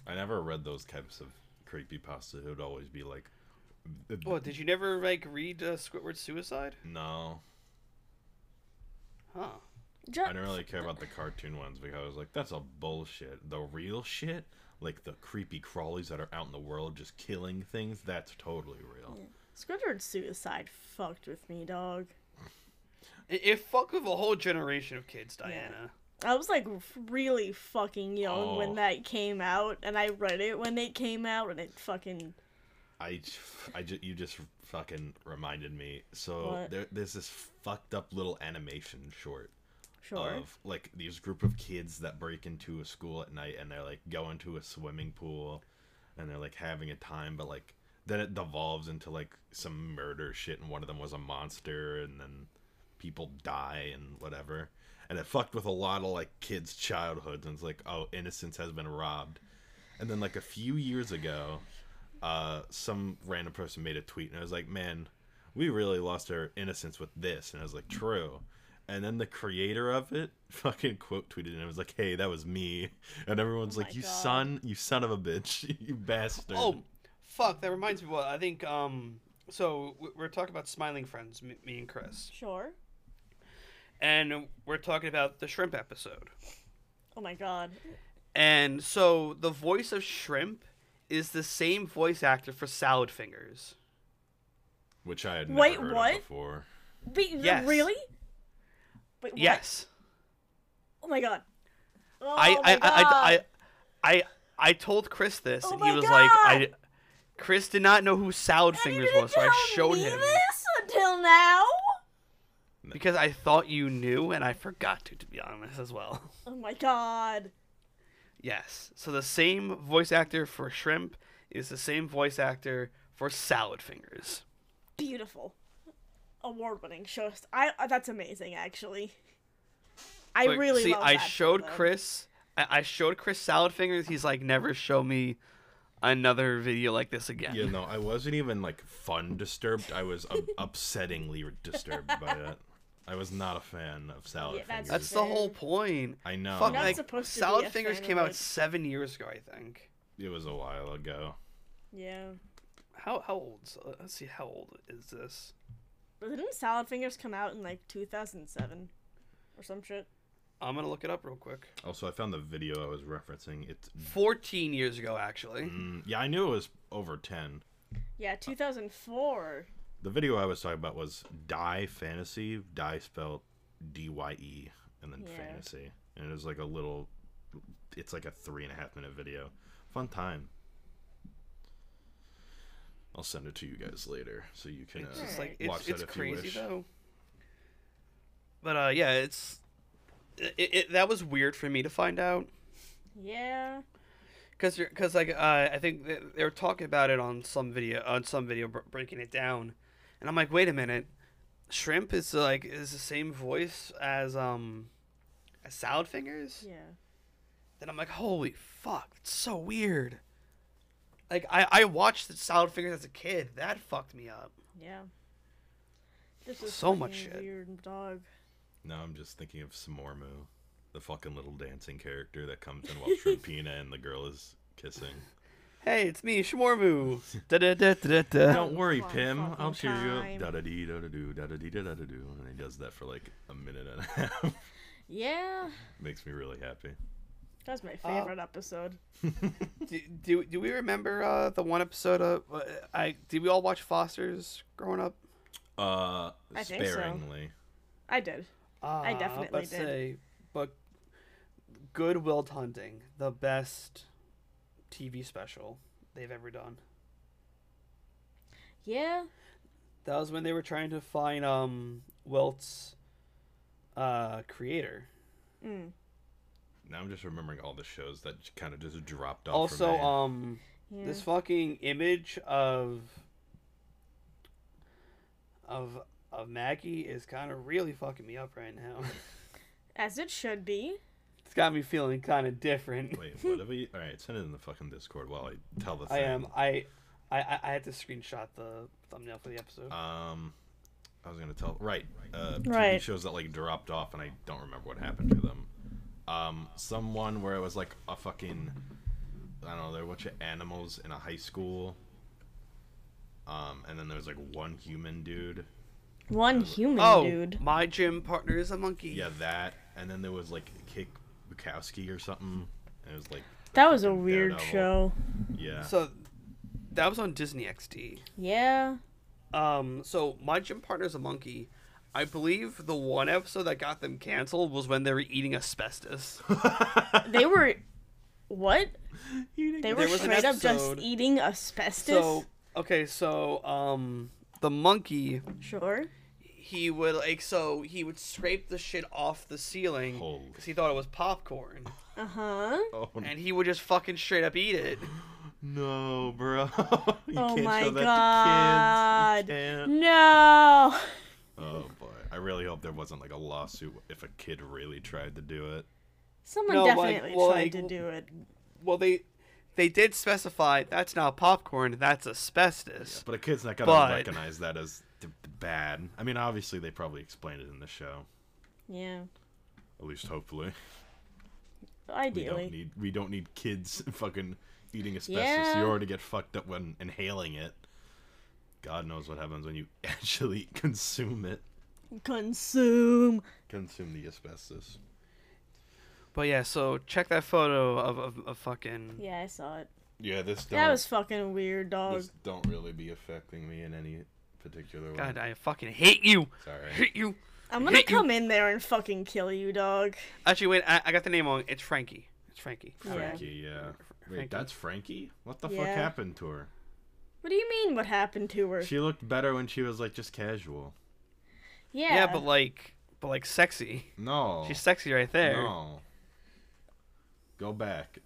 I never read those types of creepypasta. It would always be like, What did you never like read uh, Squidward's suicide? no. Huh. Ju- I didn't really care about the cartoon ones because I was like, that's a bullshit. The real shit, like the creepy crawlies that are out in the world just killing things, that's totally real. Squidward's suicide fucked with me, dog. It, it fucked with a whole generation of kids, Diana. I was like really fucking young Oh. when that came out, and I read it when it came out, and it fucking. I, I just, you just fucking reminded me. So What? there, there's this fucked up little animation short Sure. of like these group of kids that break into a school at night and they're like going to a swimming pool and they're like having a time but like then it devolves into like some murder shit and one of them was a monster and then people die and whatever and it fucked with a lot of like kids childhoods and it's like oh innocence has been robbed and then like a few years ago uh some random person made a tweet and i was like man we really lost our innocence with this and i was like true and then the creator of it fucking quote tweeted and it was like hey that was me and everyone's Oh my like you God. son you son of a bitch you bastard Oh, fuck! That reminds me. What I think. Um. So we- we're talking about smiling friends, me, me and Chris, Sure. and we're talking about the shrimp episode. Oh my god. And so the voice of shrimp is the same voice actor for Salad Fingers. which i had never Wait, heard of what? before Wait, th- Yes. Really? Wait, what? Yes. Oh my god. Oh I, my I, I, God. I, I, I told Chris this, Oh and he my was like, I. God! Chris did not know who Salad And you Fingers didn't was, so I tell showed me him this until now. because I thought you knew, and I forgot to, to be honest, as well. Oh my god. Yes. So the same voice actor for Shrimp is the same voice actor for Salad Fingers. Beautiful. Award-winning shows. I. uh, that's amazing, actually. I But, really see. love I that for showed them. Chris. I, I showed Chris Salad Fingers. He's like, never show me another video like this again. yeah no i wasn't even like fun disturbed i was u- upsettingly disturbed by it I was not a fan of salad Yeah, that's- That's fingers. the whole point. I know. Fuck, Not like, supposed to be Salad a Fingers fan of came out it. seven years ago, I think. It was a while ago. Yeah. How how old? Let's see, how old is this? But didn't Salad Fingers come out in like 2007 or some shit? I'm gonna look it up real quick. Also, I found the video I was referencing. It's Fourteen years ago, actually. mm, yeah, I knew it was over ten. Uh. Yeah, 2004. The video I was talking about was Die Fantasy, Die spelled D Y E, and then Yeah. Fantasy, and it was like a little. It's like a three and a half minute video. Fun time. I'll send it to you guys later, so you can. Uh, It's just Alright. like it's, Watch it's that if you crazy wish. though. But uh, yeah, it's it, it, that was weird for me to find out Yeah. because because like uh, I think they, they were talking about it on some video on some video br- breaking it down, and I'm like, wait a minute, shrimp is like is the same voice as um as salad fingers. Yeah. Then I'm like, holy fuck, it's so weird. Like I I watched the salad fingers as a kid. That fucked me up. Yeah. This is So much fucking shit. Weird dog. Now I'm just thinking of Samormu, the fucking little dancing character that comes in while Shrimpina and the girl is kissing. Hey, it's me, Shmormu. da da da da da. Don't worry, fun Pim. fucking I'll cheer you time. up. Da da dee da da doo da da dee da da da doo. And he does that for like a minute and a half. Yeah. Makes me really happy. That's Uh. my favorite episode. Do, do, do we remember uh, the one episode of uh, I did we all watch Foster's growing up? Uh, I think so. sparingly. I did. Uh, definitely let's did. Say, but Good Will Hunting, the best TV special they've ever done. Yeah. That was when they were trying to find um Wilt's uh creator. Mm. Now I'm just remembering all the shows that kind of just dropped off. for also, me. um, Yeah. this fucking image of of of Maggie is kind of really fucking me up right now. As it should be. It's got me feeling kind of different. wait, what have we? All right, send it in the fucking Discord while I tell the thing. I am. I, I, I- I had to screenshot the thumbnail for the episode. Um, I was gonna tell right, uh, TV Right. shows that like dropped off, and I don't remember what happened to them. Um, someone where it was like a fucking, I don't know, there were a bunch of animals in a high school. Um, and then there was like one human dude. One human oh, dude. my gym partner is a monkey. Yeah, that. And then there was like Kick Bukowski or something. And it was like, That was a fucking weird Daredevil. show. yeah. So, that was on Disney XD. Yeah. Um. So my gym partner is a monkey. I believe the one episode that got them canceled was when they were eating asbestos. They were. What? They were There was an straight up just episode- eating asbestos. so okay. So um, the monkey sure. he would like so he would scrape the shit off the ceiling Holy. because he thought it was popcorn, Uh huh. oh and he would just fucking straight up eat it. no, bro. you Oh can't my show that God. to kids. You can't. No. Oh boy, I really hope there wasn't like a lawsuit if a kid really tried to do it. Someone No, like- definitely well, tried like, to w- do it. Well, they they did specify that's not popcorn, that's asbestos. But a kid's not gonna But- recognize that as d- d- bad. I mean, obviously they probably explained it in the show. Yeah. At least hopefully. We don't Ideally. need we don't need kids fucking eating asbestos. Yeah. You already get fucked up when inhaling it. God knows what happens when you actually consume it. Consume. Consume the asbestos. But yeah, so check that photo of of, of fucking. Yeah, I saw it. Yeah, this don't That was fucking weird, dog. this don't really be affecting me in any particular way. God, I fucking hate you. Sorry. Hate you. I'm gonna hit you. come in there and fucking kill you, dog. Actually, wait, I, I got the name wrong. It's Frankie. It's Frankie. Yeah. Frankie, yeah. Frankie. Wait, that's Frankie? What the Yeah. fuck happened to her? What do you mean? What happened to her? She looked better when she was like just casual. yeah. Yeah. but like, but like sexy. No. She's sexy right there. Oh. No. Go back.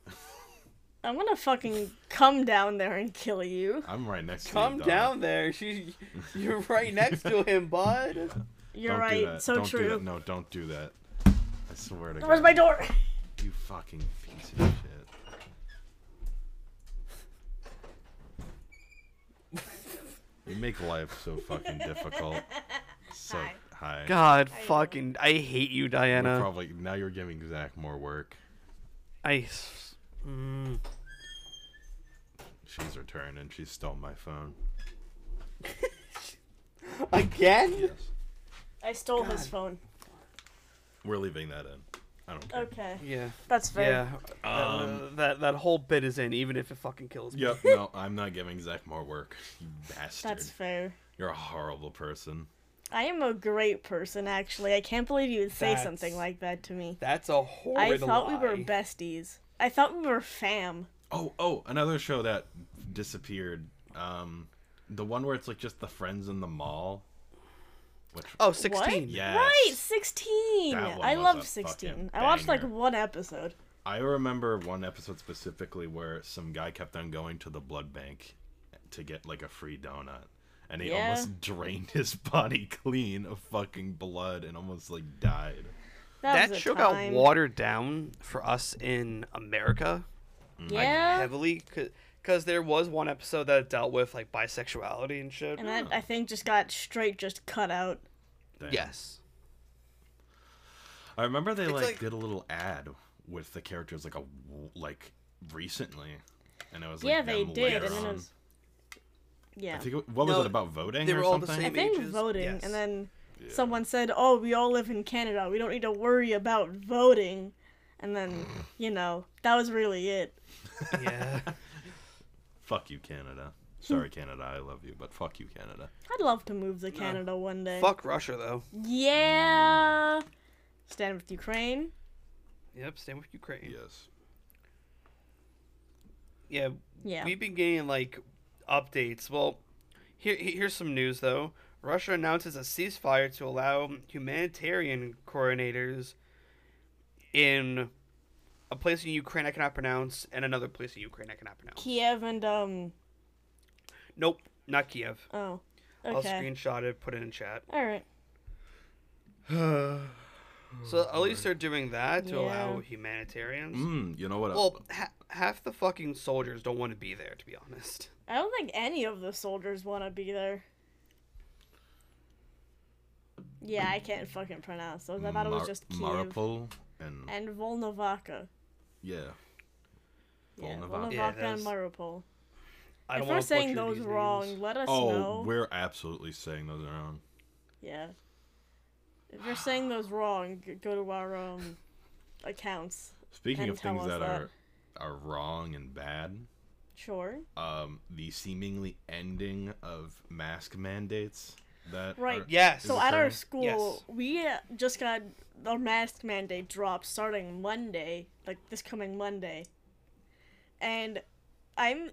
I'm gonna fucking come down there and kill you. I'm right next Come to you. dog. down there. She, you're right next to him, bud. You're Don't right. Do that. So don't true. Do that. No, don't do that. I swear to Where's God. my door? You fucking piece of shit. You make life so fucking difficult. So Hi. uh, Hi. God, I know. fucking, I hate you, We're Diana. Probably now you're giving Zach more work. I. s- Mm. She's returned and she stole my phone. Again? Yes. I stole his phone. We're leaving that in. I don't care. Um, Okay, Yeah. that's fair. Yeah. that, that that whole bit is in, even if it fucking kills me. Yep. No, I'm not giving Zach more work. You bastard. That's fair. You're a horrible person. I am a great person, actually. I can't believe you would say That's- something like that to me. That's a horrid I thought we were lie. besties. I thought we were fam. Oh, oh, another show that disappeared. Um, the one where it's like just the friends in the mall. Which Oh, 16. What? Yes. Right, 16. That one I was love a 16. fucking I watched like banger. one episode. I remember one episode specifically where some guy kept on going to the blood bank to get like a free donut, and he Yeah. almost drained his body clean of fucking blood and almost like died. That, That was a show time. got watered down for us in America Mm, Yeah. heavily because there was one episode that dealt with like bisexuality and shit. And that I think just got straight just cut out. Damn. yes. I remember they It's like, like- did a little ad with the characters like a w- like recently, and it was like yeah, they them did. later And then it on. was... Yeah. I think it- what was No, it about voting they or were all the something? I same. think images, voting, yes. and then someone said, "Oh, we all live in Canada. We don't need to worry about voting." And then, you know, that was really it. Yeah. Fuck you, Canada. Sorry, Canada. I love you, but fuck you, Canada. I'd love to move to Canada one day. Fuck Russia though. Yeah. Stand with Ukraine. Yep. Stand with Ukraine. Yes. Yeah. Yeah. We've been getting like updates. Well, here he- here's some news though. Russia announces a ceasefire to allow humanitarian coordinators in a place in Ukraine I cannot pronounce and another place in Ukraine I cannot pronounce. Kiev and um. Nope, not Kiev. Oh. I'll Okay. screenshot it, put it in chat. All right. Hmm, So at least they're doing that to allow Yeah. humanitarians. Mm, you know what? Well, ha- half the fucking soldiers don't want to be there, to be honest. I don't think any of the soldiers want to be there. Yeah, I can't fucking pronounce those. I thought it was Mar- just Kiev Mariupol and and Volnovakha. yeah. Yeah, Volnovakha. Volnovakha Yeah, and that's- Mariupol. I If don't we're want to saying those wrong, let us Oh, know. we're absolutely saying those are wrong. Yeah. If you're saying those wrong, g- go to our um accounts. Speaking And of tell things us that, that. are are wrong and bad, Sure. um, the seemingly ending of mask mandates that Right. are- Yes. So Is it at our current? school, Yes. we uh, just got our mask mandate dropped starting Monday, like this coming Monday. And I'm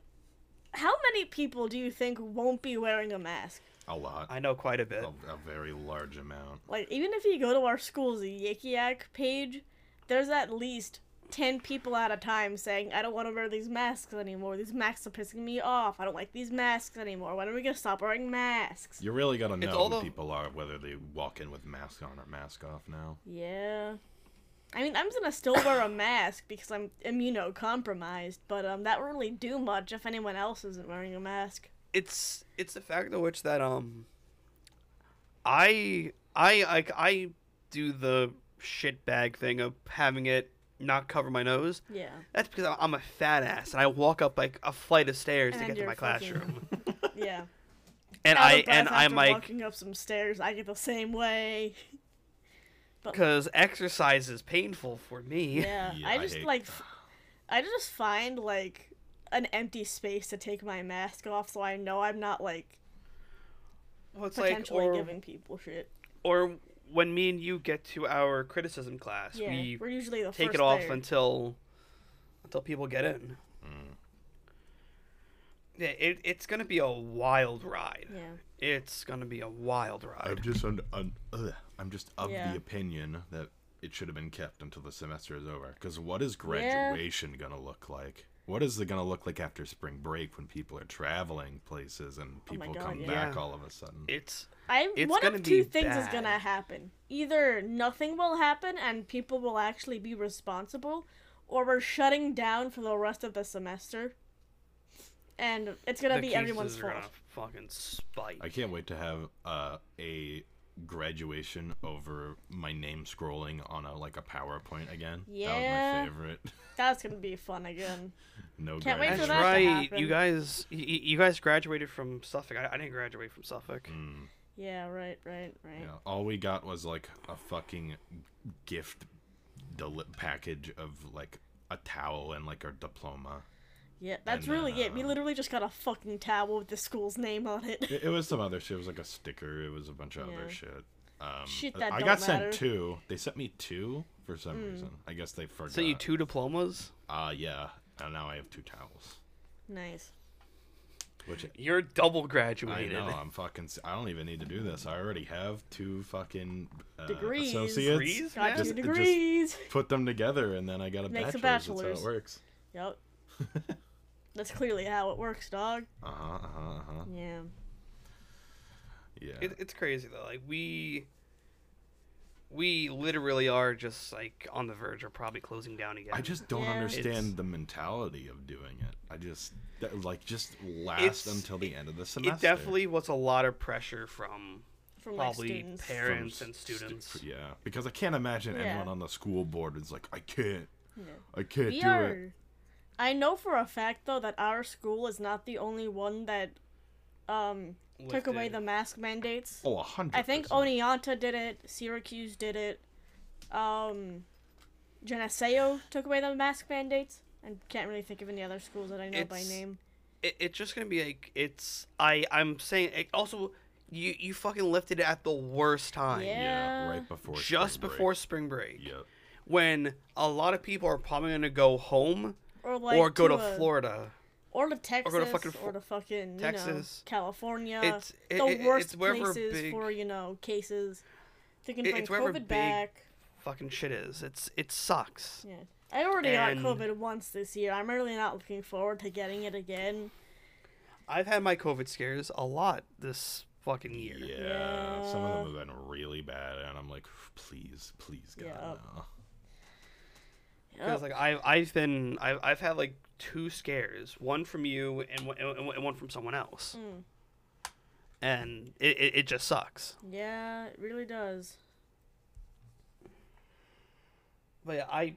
how many people do you think won't be wearing a mask? a lot, I know quite a bit. uh, a, a very large amount. Like even if you go to our school's Yik Yak page, there's at least ten people at a time saying, "I don't want to wear these masks anymore. These masks are pissing me off. I don't like these masks anymore. When are we gonna stop wearing masks?" You really gotta know all who the- people are, whether they walk in with mask on or mask off now. Yeah. I mean, I'm gonna still wear a mask because I'm immunocompromised, but um, that won't really do much if anyone else isn't wearing a mask. It's it's the fact of which that um, I I I, I do the shitbag thing of having it not cover my nose. Yeah. That's because I'm- I'm a fat ass and I walk up like a flight of stairs to And get to you're my fucking- classroom. Yeah. And Out I of breath and I'm after like, walking up some stairs. I get the same way. because exercise is painful for me. Yeah, Yeah, I I just hate- like, f- I just find like an empty space to take my mask off, so I know I'm not like Well, it's like potentially or, giving people shit. or when me and you get to our criticism class, Yeah, we we are usually the take first it off there. until until people get in. Hmm. Yeah, it, it's gonna be a wild ride. yeah, It's gonna be a wild I'm ride. just un- un- ugh. I'm just of Yeah. the opinion that it should have been kept until the semester is over. Because what is graduation gonna look like? What is it gonna look like after spring break when people are traveling places and Oh my people God, come yeah. back Yeah. all of a sudden? It's I It's one gonna of two be things is bad. gonna happen: either nothing will happen and people will actually be responsible, or we're shutting down for the rest of the semester, and it's gonna the be cases everyone's are fault. gonna fucking spike. I can't wait to have uh, a graduation over my name scrolling on a like a PowerPoint again. Yeah. That was my favorite. That's gonna be fun again. No Can't wait for That's that graduation. to right. You happen. guys, y- y- you guys graduated from Suffolk. I, I didn't graduate from Suffolk. Mm, Yeah, right, right, right. yeah. All we got was like a fucking gift deli- package of like a towel and like our diploma. Yeah, that's And then, really it. We uh, literally just got a fucking towel with the school's name on it. It, it was some other shit. It was like a sticker. It was a bunch of Yeah. other shit. Um, Shit I- that I don't got matter. Mm. sent two. They sent me two for some reason. I guess they forgot. Sent you two diplomas. Uh, yeah. And now I have two towels. nice. Which You're double I graduated. know. I'm fucking. s- I don't even need to do this. I already have two fucking uh, Degrees. Associates. Degrees? Got Yeah. two Just- it just- degrees. Put them together, and then I got a Makes a bachelor's. bachelor's. That's how it works. Yep. that's clearly how it works, dog. Uh huh. Uh huh. Uh-huh. Yeah. Yeah. It, it's crazy though. Like we, we literally are just like on the verge of probably closing down again. I just don't Yeah. understand It's- the mentality of doing it. I just that, like just It's- last until the end of the semester. it definitely was a lot of pressure from From like probably students. from parents and stu- students. yeah, because I can't imagine Yeah. anyone on the school board is like, I can't, No. I can't We do are. it. I know for a fact though that our school is not the only one that um took away Lifted. the mask mandates. Oh, a hundred. I think percent. Oneonta did it. Syracuse did it. Um, Geneseo took away the mask mandates. I can't really think of any other schools that I know by It's- name. it, it's just gonna be like it's I I'm saying it also you you fucking lifted it at the worst time Yeah. Yeah, right before. just spring break. before spring break Yep. when a lot of people are probably gonna go home Or like or go to, a- Florida or to Texas, or to fucking fucking, Fl- you Texas. know, California. It's- it- the it- worst it's wherever places big- for you know cases. They can It- bring it's wherever COVID big- back. fucking shit is it's it sucks Yeah. I already And- got COVID once this year. I'm really not looking forward to getting it again. I've had my COVID scares a lot this fucking year Yeah, Yeah. some of them have been really bad, and I'm like, please, please, God, Yep. no. because Yep. like I've I've been I've I've had like two scares one from you and one, and one- and one from someone else Mm. and it, it, it just sucks Yeah, it really does. But yeah, I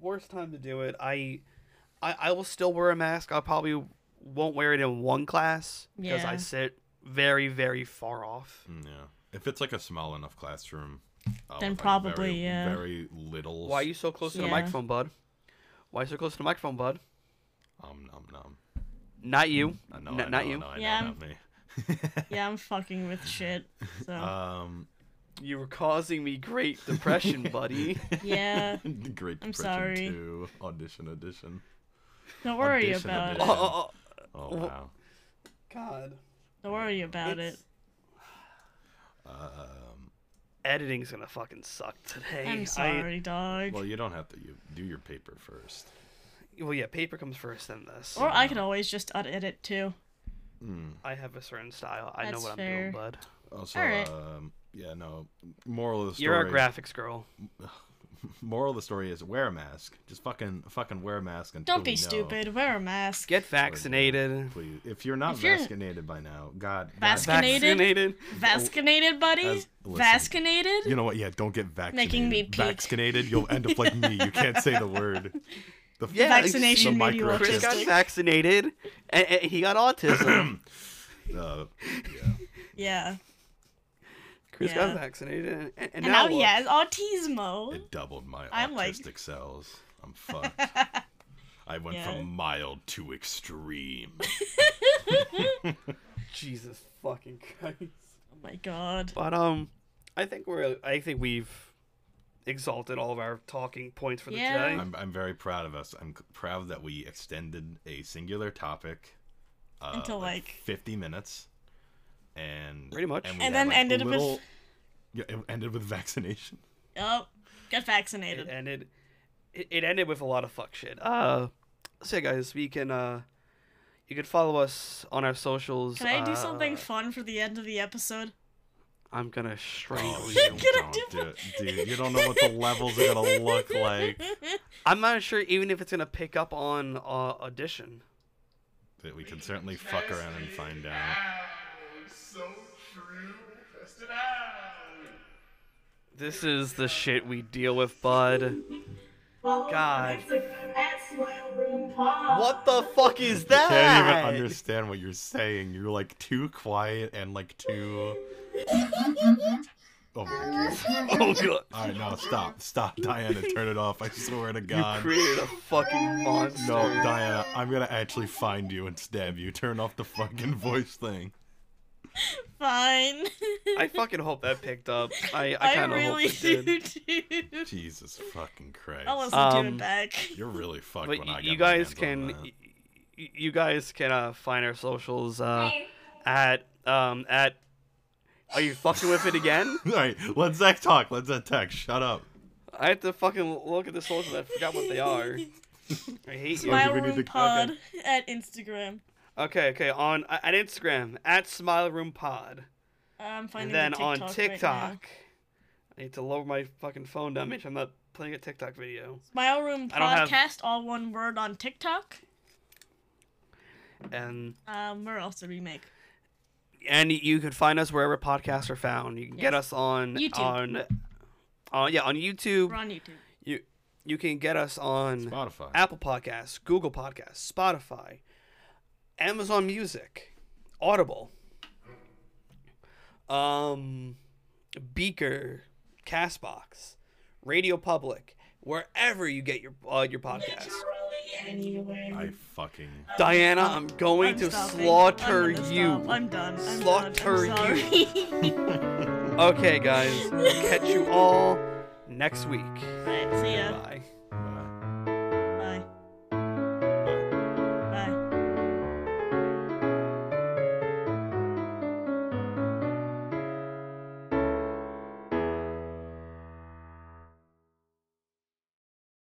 worst time to do it. I, I I will still wear a mask. I probably won't wear it in one class because Yeah. I sit very very far off. Mm, Yeah. If it's like a small enough classroom, uh, Then with, like, probably, very, yeah. Very little. Why are you so close to the Yeah. microphone, bud? Why you so close to the microphone, bud? Um, nom, nom. Not you. I know, N- I not know, I you. know, I know, Yeah, not me. Yeah, I'm fucking with shit. So Uh, um, You were causing me great depression, buddy. yeah, The Great I'm Depression sorry. 2 audition edition. don't worry Audition, about Oh, it. audition. oh, oh, Oh Wha- wow. God. Don't worry about it. It's- Um, Editing's gonna fucking suck today. I- I'm sorry, dog. well, you don't have to. You do your paper first. well, yeah, paper comes first than this. or I could always just edit too. Mm. I have a certain style. I know That's what fair. I'm doing, bud. Also, Alright. um, yeah, no. Moral of the story. You're a graphics girl. moral of the story is wear a mask. Just fucking, fucking wear a mask. Until Don't we be know. stupid. Wear a mask. Oh, Get vaccinated. Please, if you're not If you're- vaccinated by now, God, God- Vascinated? Vaccinated. Vaccinated, buddy. As- listen. Vaccinated. You know what? Yeah, don't get vaccinated. Making me peak. vaccinated. You'll end up like me. You can't say the word. The Yeah, Vaccination the made you microchip. Chris got autistic. vaccinated, and, and he got autism. Uh, Yeah. Chris Yeah. got vaccinated, and, and, And now what? he has autismo. it doubled my I'm like- autistic cells. I'm fucked. I went Yeah. from mild to extreme. Jesus fucking Christ. Oh my god. But um, I think we're I think we've exalted all of our talking points for the Yeah. day. I'm, I'm very proud of us. I'm c- proud that we extended a singular topic uh, Until, like- 50 minutes, and Pretty much. we And had, then ended with- Yeah, it ended with vaccination. Oh, get It vaccinated. ended. It, it ended with a lot of fuck shit. Uh, so yeah, guys, we can uh, you can follow us on our socials. Can I do uh, something fun for the end of the episode? I'm gonna strangle Oh, you. you Can I don't do do it, dude. You don't know what the levels are gonna look like. I'm not sure even if it's gonna pick up on uh, audition. That we can certainly fuck around and find out. so true. Test it out. This is the shit we deal with, bud. God. What the fuck is that? Can't even understand what you're saying. You're like too quiet and like too. Oh my god. Oh god. All right, no, stop, stop, Diana, turn it off. I swear to You God. created a fucking monster. No, Diana, I'm gonna actually find you and stab you. Turn off the fucking voice thing. Fine. I fucking hope that picked up. I, I I, kind of really hope do it did. too. Jesus fucking Christ. I'll listen to Um, it back. You're really fucked But when y- I got you my guys can, hands on y- y- you guys can uh, find our socials uh, at um at. Are you fucking with it again? that. All right, let Zach talk. Let Zach text. Shut up. I have to fucking look at the socials. I forgot what they are. I hate you. Smile we need Room to- okay. Pod at Instagram. Okay, okay. On uh, at Instagram at Smile Room Pod. I'm And finding then the on TikTok right now. TikTok, I need to lower my fucking phone down. Make sure I'm not playing a TikTok video. Smile Room I don't have- Podcast, all one word on TikTok. And Um, where else did we make? and you can find us wherever podcasts are found. You can get Yes. us on YouTube. on, on uh, yeah on YouTube. We're on YouTube. You you can get us on Spotify. Apple Podcasts, Google Podcasts, Spotify, Amazon Music, Audible, um, Beaker, Castbox, Radio Public, wherever you get your uh, your podcasts. I fucking. Diana, I'm going I'm to stopping. slaughter I'm gonna you. stop. I'm done. I'm Slaughter done. I'm you. Okay, guys, catch you all next week. Alright, see ya. Bye. uh,